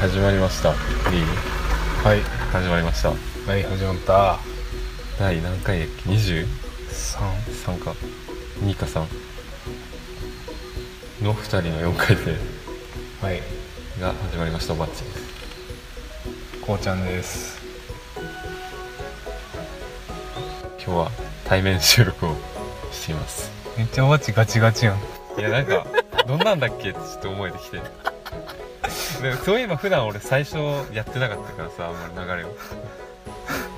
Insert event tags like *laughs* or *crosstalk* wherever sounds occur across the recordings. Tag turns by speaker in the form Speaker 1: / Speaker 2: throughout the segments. Speaker 1: 始まりましたいい
Speaker 2: はい
Speaker 1: 始まりました
Speaker 2: はい始まった
Speaker 1: 第何回やっけ23
Speaker 2: 3
Speaker 1: か2か3の2人の4回生
Speaker 2: はい
Speaker 1: が始まりましたバッチです
Speaker 2: こうちゃんです
Speaker 1: 今日は対面収録をしています
Speaker 2: めっちゃおばちガチガチやん
Speaker 1: いやなんかどんなんだっけってちょっと思えてきてでもそういえば普段俺最初やってなかったからさあんまり流れを *laughs*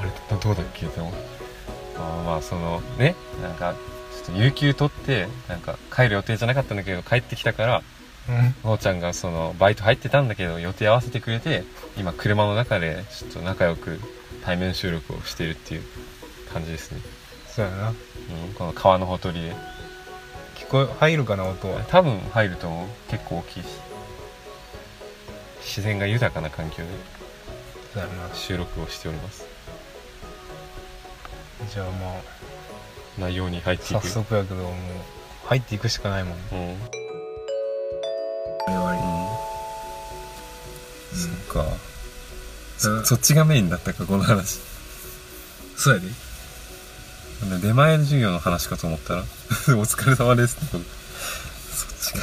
Speaker 1: あれどどうだっけって思ってあーまあそのねなんかちょっと有給取ってなんか帰る予定じゃなかったんだけど帰ってきたから
Speaker 2: う
Speaker 1: のーちゃんがそのバイト入ってたんだけど予定合わせてくれて今車の中でちょっと仲良く対面収録をしているっていう感じですね、
Speaker 2: *laughs* そうやな
Speaker 1: うん、この川のほとりで
Speaker 2: 聞こえ入るかな音は
Speaker 1: 多分入ると思う結構大きいし自然が豊かな環境で
Speaker 2: そうやな
Speaker 1: 収録をしております
Speaker 2: じゃあまあ
Speaker 1: 内容に入ってい
Speaker 2: 早
Speaker 1: く
Speaker 2: 速やけどもう入っていくしかないもんね
Speaker 1: うん、うん、
Speaker 2: 終わ
Speaker 1: そっか
Speaker 2: うん
Speaker 1: っちがメインだったかこの話
Speaker 2: そうやで
Speaker 1: 出前の授業の話かと思ったら *laughs* お疲れ様ですってことそっちか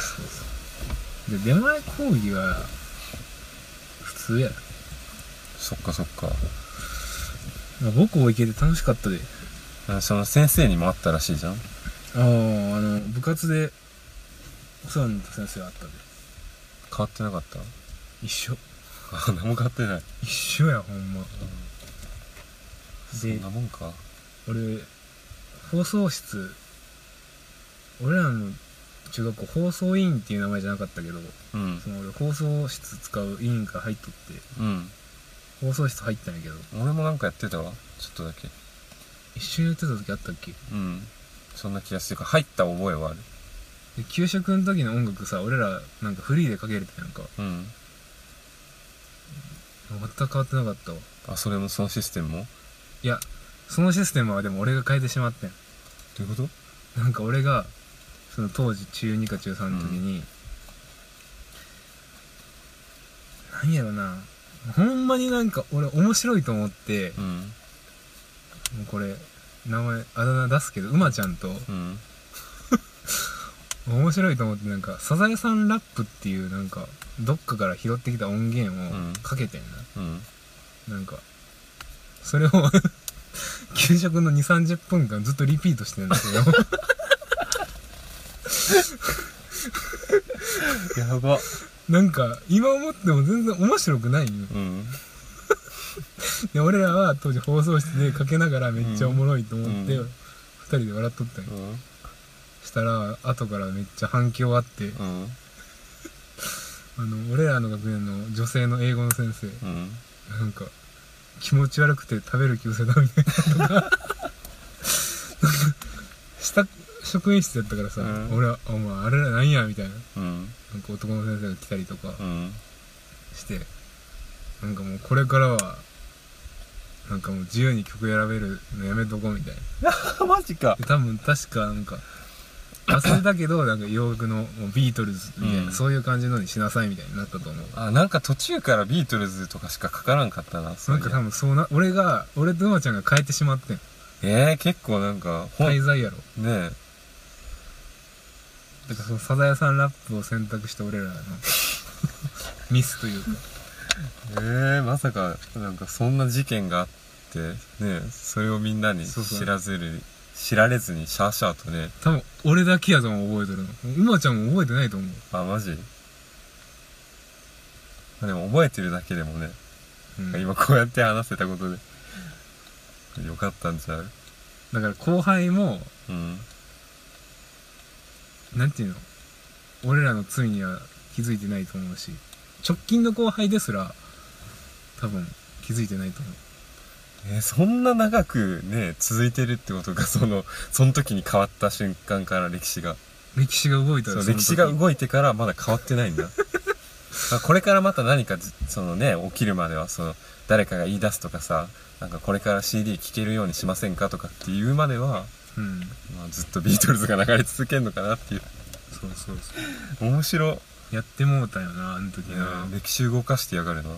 Speaker 2: で出前講義は普通や
Speaker 1: そっかそっか
Speaker 2: 僕も行けて楽しかったで
Speaker 1: その先生にもあったらしいじゃん
Speaker 2: あああの部活でお世話になった先生があったんで
Speaker 1: 変わってなかった
Speaker 2: 一緒
Speaker 1: あ何も変わってない
Speaker 2: 一緒やほんま
Speaker 1: そ
Speaker 2: で
Speaker 1: んなもんか
Speaker 2: 俺放送室俺らの中学校放送委員っていう名前じゃなかったけど
Speaker 1: うん
Speaker 2: その俺放送室使う委員が入っとって
Speaker 1: うん
Speaker 2: 放送室入ったんやけど
Speaker 1: 俺もなんかやってたわちょっとだけ
Speaker 2: 一緒にやってた時あったっけ
Speaker 1: うんそんな気がするか入った覚えはある
Speaker 2: で給食の時の音楽さ俺らなんかフリーでかけるってなんか
Speaker 1: うん
Speaker 2: 全く変わってなかったわ
Speaker 1: あそれもそのシステムも
Speaker 2: いやそのシステムはでも俺が変えてしまってん
Speaker 1: どういうこと
Speaker 2: なんか俺がその当時中2か中3の時に、なんやろなほんまになんか俺面白いと思って、も
Speaker 1: ん
Speaker 2: うこれ名前あだ名出すけどうまちゃんと
Speaker 1: うん
Speaker 2: 面白いと思ってなんか「サザエさんラップ」っていうなんかどっかから拾ってきた音源
Speaker 1: うん
Speaker 2: をかけてんな、
Speaker 1: うん
Speaker 2: なんかそれを *laughs* 給食の2 3 0分間ずっとリピートしてんだけど *laughs*
Speaker 1: やば
Speaker 2: なんか今思っても全然面白くないんよ
Speaker 1: うん
Speaker 2: で俺らは当時放送室でかけながらめっちゃおもろいと思って、
Speaker 1: うん
Speaker 2: 二人で笑っとったんよ
Speaker 1: うん
Speaker 2: したら後からめっちゃ反響あって、
Speaker 1: うん
Speaker 2: あの俺らの学年の女性の英語の先生
Speaker 1: うん
Speaker 2: なんか気持ち悪くて食べる気失せたみたいなのがなんか下職員室やったからさ、
Speaker 1: うん
Speaker 2: 俺は「お前あれらなんや」みたいな
Speaker 1: うん
Speaker 2: なんか男の先生が来たりとか
Speaker 1: うん
Speaker 2: して、なんかもうこれからはなんかもう自由に曲選べるのやめとこうみたいな。
Speaker 1: マジか
Speaker 2: で多分確かなんか忘れたけどなんか洋楽のもうビートルズみたいな、
Speaker 1: うん
Speaker 2: そういう感じのにしなさいみたいになったと思う
Speaker 1: あなんか途中からビートルズとかしかかからんかったなそ
Speaker 2: な
Speaker 1: うんい
Speaker 2: か
Speaker 1: や
Speaker 2: 多分そうな俺が俺とうまちゃんが変えてしまってん
Speaker 1: えー、結構なんか本
Speaker 2: 滞
Speaker 1: ね
Speaker 2: 在やろ
Speaker 1: え
Speaker 2: だからそのサザエさんラップを選択した俺らの *laughs* ミスというか
Speaker 1: えー、まさかなんかそんな事件があってねえそれをみんなに
Speaker 2: そうそう
Speaker 1: 知らずに知られずにシャーシャーとね
Speaker 2: 多分俺だけやと思う覚えてるのうまちゃんも覚えてないと思う
Speaker 1: あマジまあでも覚えてるだけでもね、
Speaker 2: うん
Speaker 1: 今こうやって話せたことでよかったんちゃう
Speaker 2: だから後輩も
Speaker 1: うん
Speaker 2: なんていうの俺らの罪には気づいてないと思うし直近の後輩ですら多分気づいてないと思う
Speaker 1: えーそんな長くね続いてるってことが *laughs* そのその時に変わった瞬間から歴史が
Speaker 2: 歴史が動いた
Speaker 1: そう
Speaker 2: ら
Speaker 1: 歴史が
Speaker 2: 動
Speaker 1: 動いてからまだ変わってないんだ *laughs* まあこれからまた何かじそのね起きるまではその誰かが言い出すとかさなんかこれから CD 聴けるようにしませんかとかっていうまでは、
Speaker 2: うん
Speaker 1: まあ、ずっとビートルズが流れ続けるのかなっていう
Speaker 2: そうそうそう
Speaker 1: 面白
Speaker 2: やってもうたよなあの時な、
Speaker 1: うん歴史動かしてやがるな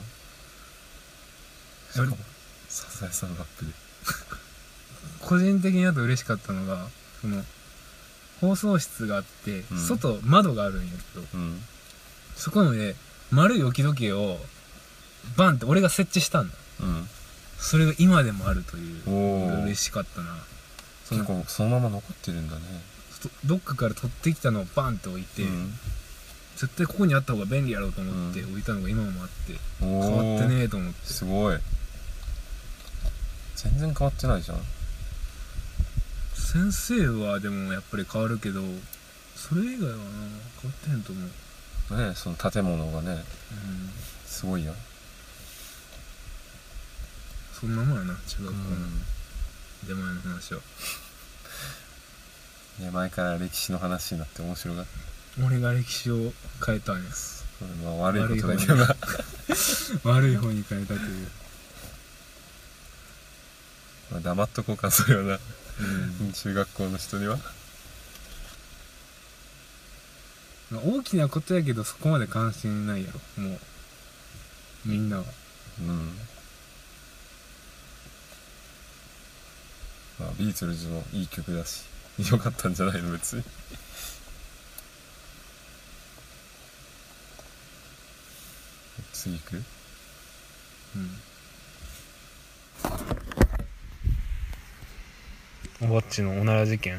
Speaker 1: しか
Speaker 2: 俺
Speaker 1: もサザエさんラップで
Speaker 2: 個人的にだと嬉しかったのがその放送室があって、
Speaker 1: うん
Speaker 2: 外窓があるんやけど
Speaker 1: うん
Speaker 2: そこのね丸い置き時計をバンって俺が設置したんだそれが今でもあるという
Speaker 1: うんおお
Speaker 2: 嬉しかったなその
Speaker 1: 結構そのまま残ってるんだね
Speaker 2: どどっかから取ってきたのをバンって置いて、
Speaker 1: うん
Speaker 2: 絶対ここにあった方が便利やろうと思って
Speaker 1: う
Speaker 2: 置いたのが今もあって、
Speaker 1: おー
Speaker 2: 変わってねえと思って
Speaker 1: すごい全然変わってないじゃん
Speaker 2: 先生はでもやっぱり変わるけどそれ以外はな変わってへんと思う、
Speaker 1: ねその建物がね
Speaker 2: うん、
Speaker 1: すごいよ、
Speaker 2: そんなもんやな中学校
Speaker 1: う
Speaker 2: の
Speaker 1: ん
Speaker 2: 出前の話は、
Speaker 1: ね、前から歴史の話になって面白がって
Speaker 2: 俺が歴史を変えたんや
Speaker 1: まあ悪いことだけどな
Speaker 2: *laughs* 悪い方に変えたという、
Speaker 1: *laughs* まあ黙っとこうかそれはな中学校の人には
Speaker 2: まあ大きなことやけどそこまで関心ないやろもうみんなは
Speaker 1: うんまあビートルズもいい曲だし *laughs* 良かったんじゃないの別に次行く
Speaker 2: うんぼっちのおなら事件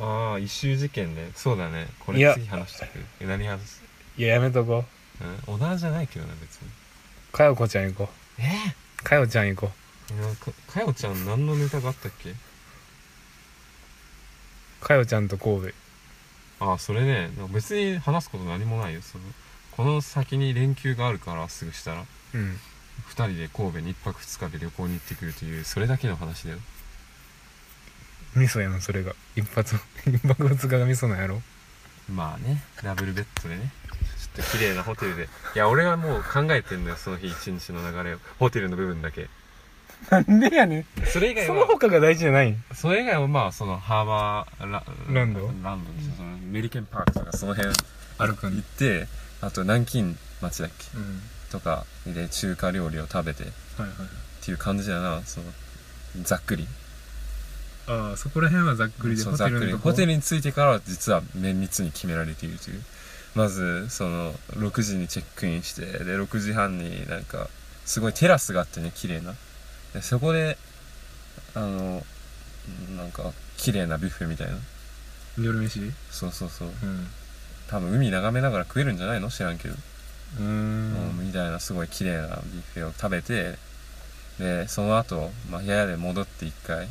Speaker 3: ああ一周事件ねそうだねこれ
Speaker 2: いや
Speaker 3: 次話してくるえ何話す
Speaker 2: いややめとこ
Speaker 3: うん小田じゃないけどな別に
Speaker 2: うかよこちゃん行こう
Speaker 3: えー
Speaker 2: かよちゃん行こ
Speaker 3: えなんかかよちゃん何のネタがあったっけ
Speaker 2: うかよちゃんと神戸
Speaker 3: ああそれねなんか別に話すこと何もないよそのこの先に連休があるからすぐしたら
Speaker 2: うん
Speaker 3: 2人で神戸に1泊2日で旅行に行ってくるというそれだけの話だよ
Speaker 2: 味噌やなそれが一発 *laughs* 一泊二日が味噌なんやろ
Speaker 3: まあねダブルベッドでねちょっと綺麗なホテルでいや俺はもう考えてんのよその日一日の流れをホテルの部分だけ
Speaker 2: なんでやねん
Speaker 3: それ以外
Speaker 2: その
Speaker 3: は
Speaker 2: 他が大事じゃないん
Speaker 3: それ以外はまあそのハーバーラ
Speaker 2: ランド
Speaker 3: ランドですよそのメリケンパー
Speaker 1: パークとかその辺行
Speaker 2: 歩くん
Speaker 1: っ、てあと南京町だっけ
Speaker 2: うん、
Speaker 1: とかで中華料理を食べてっ
Speaker 2: はいはい
Speaker 1: ていう感じだなそのざっくり
Speaker 2: ああそこら辺はざっくりで
Speaker 1: そ
Speaker 2: ホ
Speaker 1: うざ
Speaker 2: テ
Speaker 1: っく
Speaker 2: ル
Speaker 1: り
Speaker 2: の
Speaker 1: ホテ
Speaker 2: ル
Speaker 1: ルに着いてからは実は綿密に決められているというまずその6時にチェックインしてで6時半になんかすごいテラスがあってね綺麗なでそこであのなんか綺麗なビュッフェみたいな
Speaker 2: 夜飯うん
Speaker 1: そうそうそう
Speaker 2: う
Speaker 1: 多分海眺めながら食えるんじゃないの知らんけど、
Speaker 2: ーん
Speaker 1: うんみたいなすごい綺麗なビュッフェを食べてでその後、まあ部屋で戻って一回、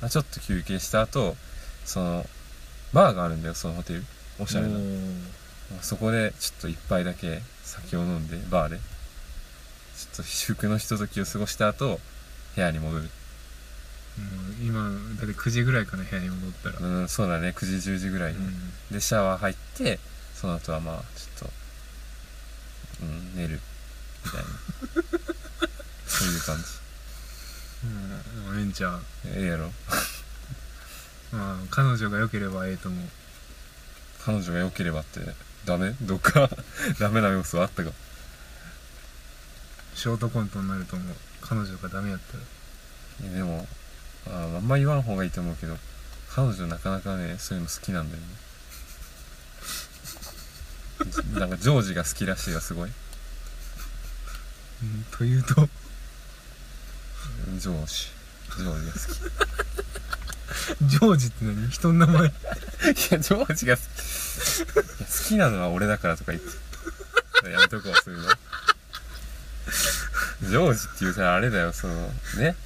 Speaker 1: まあちょっと休憩した後そのバーがあるんだよそのホテルおしゃれな
Speaker 2: おー
Speaker 1: そこでちょっと一杯だけ酒を飲んでバーでちょっと至福のひとときを過ごした後部屋に戻る
Speaker 2: うん今だって9時ぐらいかな部屋に戻ったら、
Speaker 1: うんそうだね9時10時ぐらいに、
Speaker 2: うん
Speaker 1: でシャワー入ってその後はまあちょっとうん寝るみ
Speaker 2: *laughs*
Speaker 1: たいなそういう感
Speaker 2: うん、ええんちゃん
Speaker 1: じええやろ
Speaker 2: まあ彼女が良ければええと思う
Speaker 1: 彼女が良ければってダメ *laughs* どっかダメな要素あったか
Speaker 2: ショートコントになると思う彼女がダメやったら
Speaker 1: いやでもああんま言わん方がいいと思うけど彼女なかなかね *laughs* そういうの好きなんだよねなんかジョージが好きらしいがすごい
Speaker 2: うんというと
Speaker 1: ジョージジョージが好
Speaker 2: ジョージって何人の名前
Speaker 1: き *laughs* いやジョージが好きいや好きなのは俺だからとか言ってやめとこうそういうのジョージっていうさあれだよそのね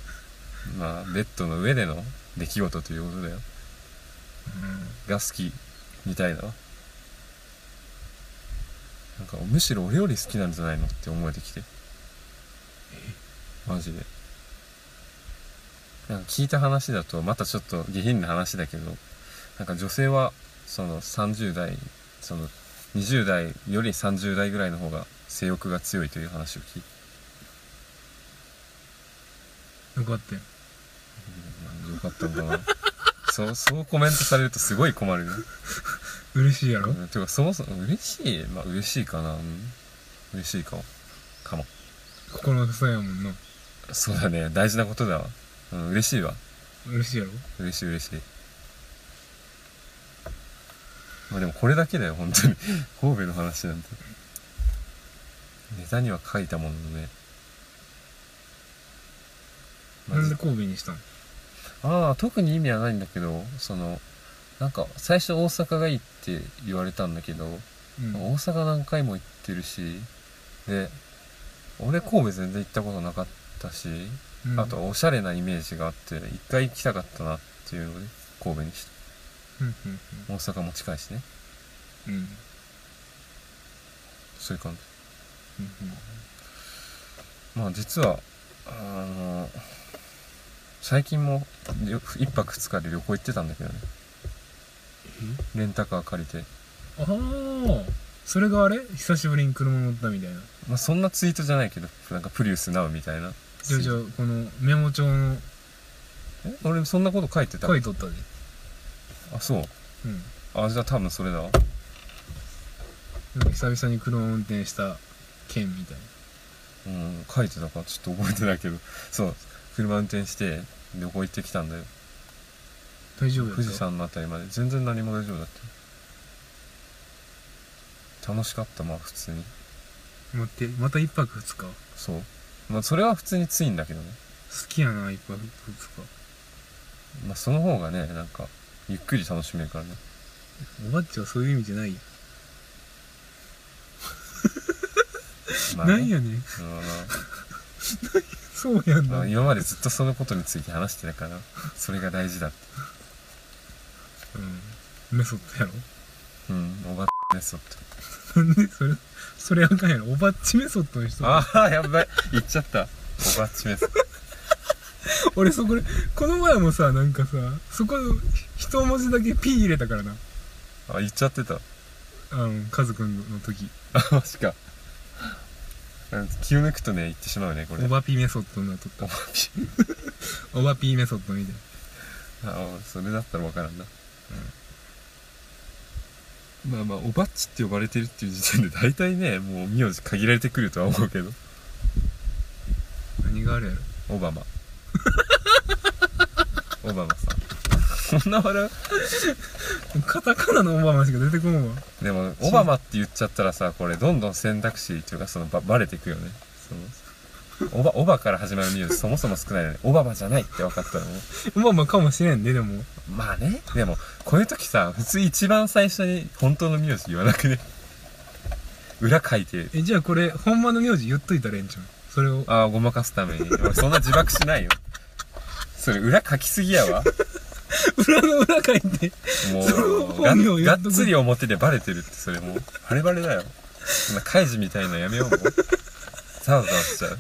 Speaker 1: まあベッドの上での出来事ということだよが好きみたいだわなんかむしろ俺より好きなんじゃないのって思えてきてマジでなんか聞いた話だとまたちょっと下品な話だけどなんか女性はその30代その20代より30代ぐらいの方が性欲が強いという話を聞いて
Speaker 2: よかったよ
Speaker 1: よかったのかなそうそうコメントされるとすごい困るよ
Speaker 2: 嬉しいやろ、
Speaker 1: うんてかそもそも嬉しいまあ嬉しいかな、うん、嬉しいかもかも
Speaker 2: 心の支えやもんな
Speaker 1: そうだね大事なことだわ、うん、嬉しいわ
Speaker 2: 嬉しいやろ
Speaker 1: 嬉しい嬉しいまあでもこれだけだよ本当に *laughs* 神戸の話なんてネタには書いたもののねまあ
Speaker 2: なんで神戸にしたの
Speaker 1: ああ特に意味はないんだけどそのなんか最初大阪がいいって言われたんだけど、
Speaker 2: うん
Speaker 1: 大阪何回も行ってるしで俺神戸全然行ったことなかったし、
Speaker 2: うん
Speaker 1: あとおしゃれなイメージがあって一回行きたかったなっていうので神戸にした
Speaker 2: うん
Speaker 1: 大阪も近いしね
Speaker 2: うんうんうん
Speaker 1: そういう感じ
Speaker 2: うん
Speaker 1: まあ実はあの最近もよ1泊2日で旅行行ってたんだけどねレンタカー借りて、
Speaker 2: うんああそれがあれ久しぶりに車乗ったみたいな
Speaker 1: まあ、そんなツイートじゃないけどなんかプリウスナウみたいな
Speaker 2: じゃあじゃあこのメモ帳の
Speaker 1: え俺そんなこと書いてた
Speaker 2: 書いとったで
Speaker 1: あそう
Speaker 2: うん
Speaker 1: あじゃあ多分それだわ
Speaker 2: なんか久々に車を運転した件みたい
Speaker 1: うん書いてたかちょっと覚えてないけど *laughs* そう車運転して旅行行ってきたんだよ
Speaker 2: な大丈夫やった
Speaker 1: 富士山のあたりまで全然何も大丈夫だった楽しかったまあ普通に
Speaker 2: 待ってまた1泊2日好
Speaker 1: そうまあそれは普通についんだけどね
Speaker 2: きやな1泊2
Speaker 1: まあその方がねなんかゆっくり楽しめるからね
Speaker 2: 日おばっちはそういう意味じゃないよ、
Speaker 1: まあね
Speaker 2: なんやねん
Speaker 1: うんま
Speaker 2: そうやん
Speaker 1: あま
Speaker 2: な
Speaker 1: あ今までずっとそのことについて話してたからそれが大事だって
Speaker 2: うんメソッドやろ
Speaker 1: うんおばねそっと
Speaker 2: なんでそれそれあかんやろおばっちメソッドにしと
Speaker 1: あ
Speaker 2: く
Speaker 1: あやばい言っちゃったおばっちめそ
Speaker 2: 俺そこでこの前もさなんかさそこの一文字だけ P 入れたからな
Speaker 1: あ言っちゃってた
Speaker 2: あのカズくんの時
Speaker 1: あマジかうん気を抜くとね言ってしまうねこれ
Speaker 2: おばピメソッドになっとった
Speaker 1: おばち
Speaker 2: おばピメソッドみたい
Speaker 1: ああそれだったらわからんな、まあまあおばっちって呼ばれてるっていう時点で大体ねもう名字限られてくるとは思うけど
Speaker 2: な何があるやろ
Speaker 1: オバ
Speaker 2: *laughs*
Speaker 1: マオバマさんそんな笑う
Speaker 2: カタカナのオバマしか出てこんわ
Speaker 1: でもオバマって言っちゃったらさこれどんどん選択肢というかそのばバレてくよねそのオバオバから始まる名字そもそも少ないよねオバマじゃないって分かったらね
Speaker 2: オバマかもしれんねでも
Speaker 1: まあねでもこういう時さ普通一番最初に本当の名字言わなくね裏書いて
Speaker 2: えじゃあこれほんまの名字言っといたらええんちゃうそれを
Speaker 1: ああごまかすために俺そんな自爆しないよそれ裏書きすぎやわ
Speaker 2: 裏の裏書いて
Speaker 1: も
Speaker 2: それを
Speaker 1: う
Speaker 2: 本名を
Speaker 1: が
Speaker 2: や
Speaker 1: っ
Speaker 2: っとく
Speaker 1: がっつり表でバレてるってそれもうバレバレだよそんな開示みたいなのやめようもうざわざわしちゃう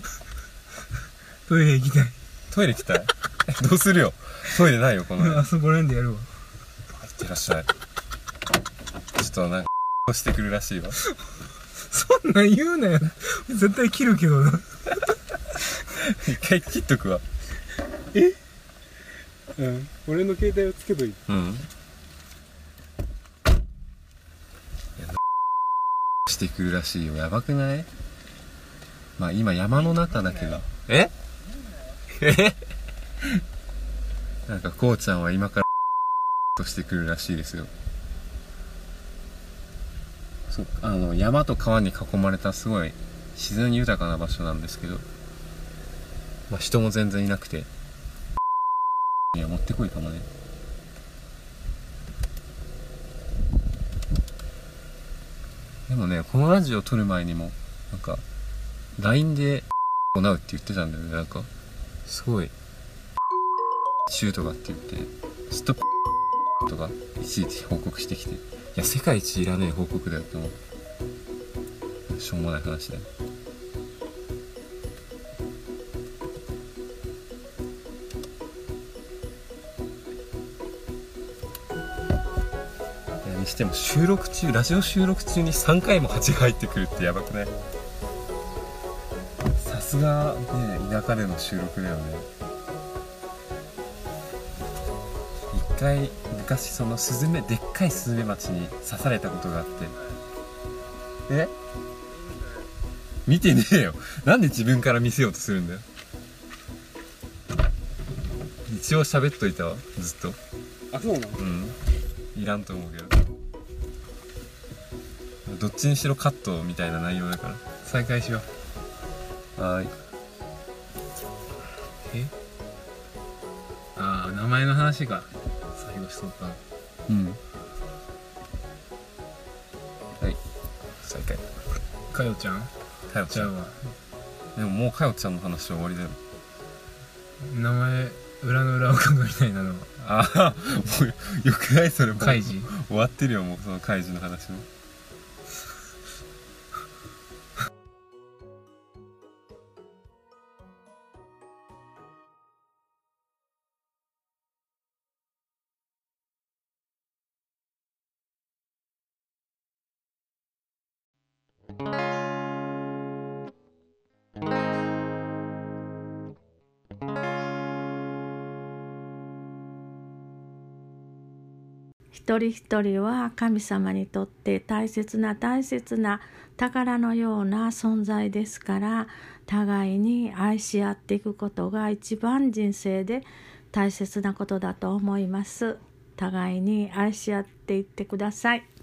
Speaker 2: トイレ行きたい
Speaker 1: トイレ行きたいえどうするよトイレないよこの辺
Speaker 2: あそこら辺でやるわ
Speaker 1: 行ってらっしゃいちょっとなんか *laughs* してくるらしいわ
Speaker 2: そんなん言うなよ絶対切るけどな
Speaker 1: 一回切っとくわ
Speaker 2: うん俺の携帯をつけといて
Speaker 1: うん。してくるらしいよ。やばくないまあ今山の中だけど。ええ *laughs* なんかこうちゃんは今からとしてくるらしいですよ。そうあの山と川に囲まれたすごい自然豊かな場所なんですけど、まあ人も全然いなくて、には持ってこいかもね。でもね、このラジオ撮る前にも、なんか、LINE で、行うって言ってたんだよね、なんか。すごい、シュートがって言って、ずっと、とか、いちいち報告してきて、いや、世界一いらねえ報告だよって思う。しょうもない話だよ。いやにしても収録中ラジオ収録中に3回も蜂が入ってくるってやばくないさすがね田舎での収録だよね回昔そのスズメでっかいスズメバチに刺されたことがあってえ見てねえよなんで自分から見せようとするんだよ一応喋っといたわずっと
Speaker 2: あそうなの
Speaker 1: うんいらんと思うけどどっちにしろカットみたいな内容だか
Speaker 2: 再開しよう
Speaker 1: らはーい
Speaker 2: えああ名前の話が最後しとったの
Speaker 1: うんはい再開
Speaker 2: かよちゃん
Speaker 1: かよち
Speaker 2: ち
Speaker 1: ゃ
Speaker 2: ゃ
Speaker 1: ん
Speaker 2: うわ
Speaker 1: でももうかよちゃんの話は終わりだよ
Speaker 2: 名前裏の裏を考えみたいなの
Speaker 1: ああもうよくないそれもう
Speaker 2: カイジ
Speaker 1: 終わってるよもうその怪獣の話も
Speaker 4: 一人一人は神様にとって大切な大切な宝のような存在ですから互いに愛し合っていくことが一番人生で大切なことだと思います互いに愛し合っていってください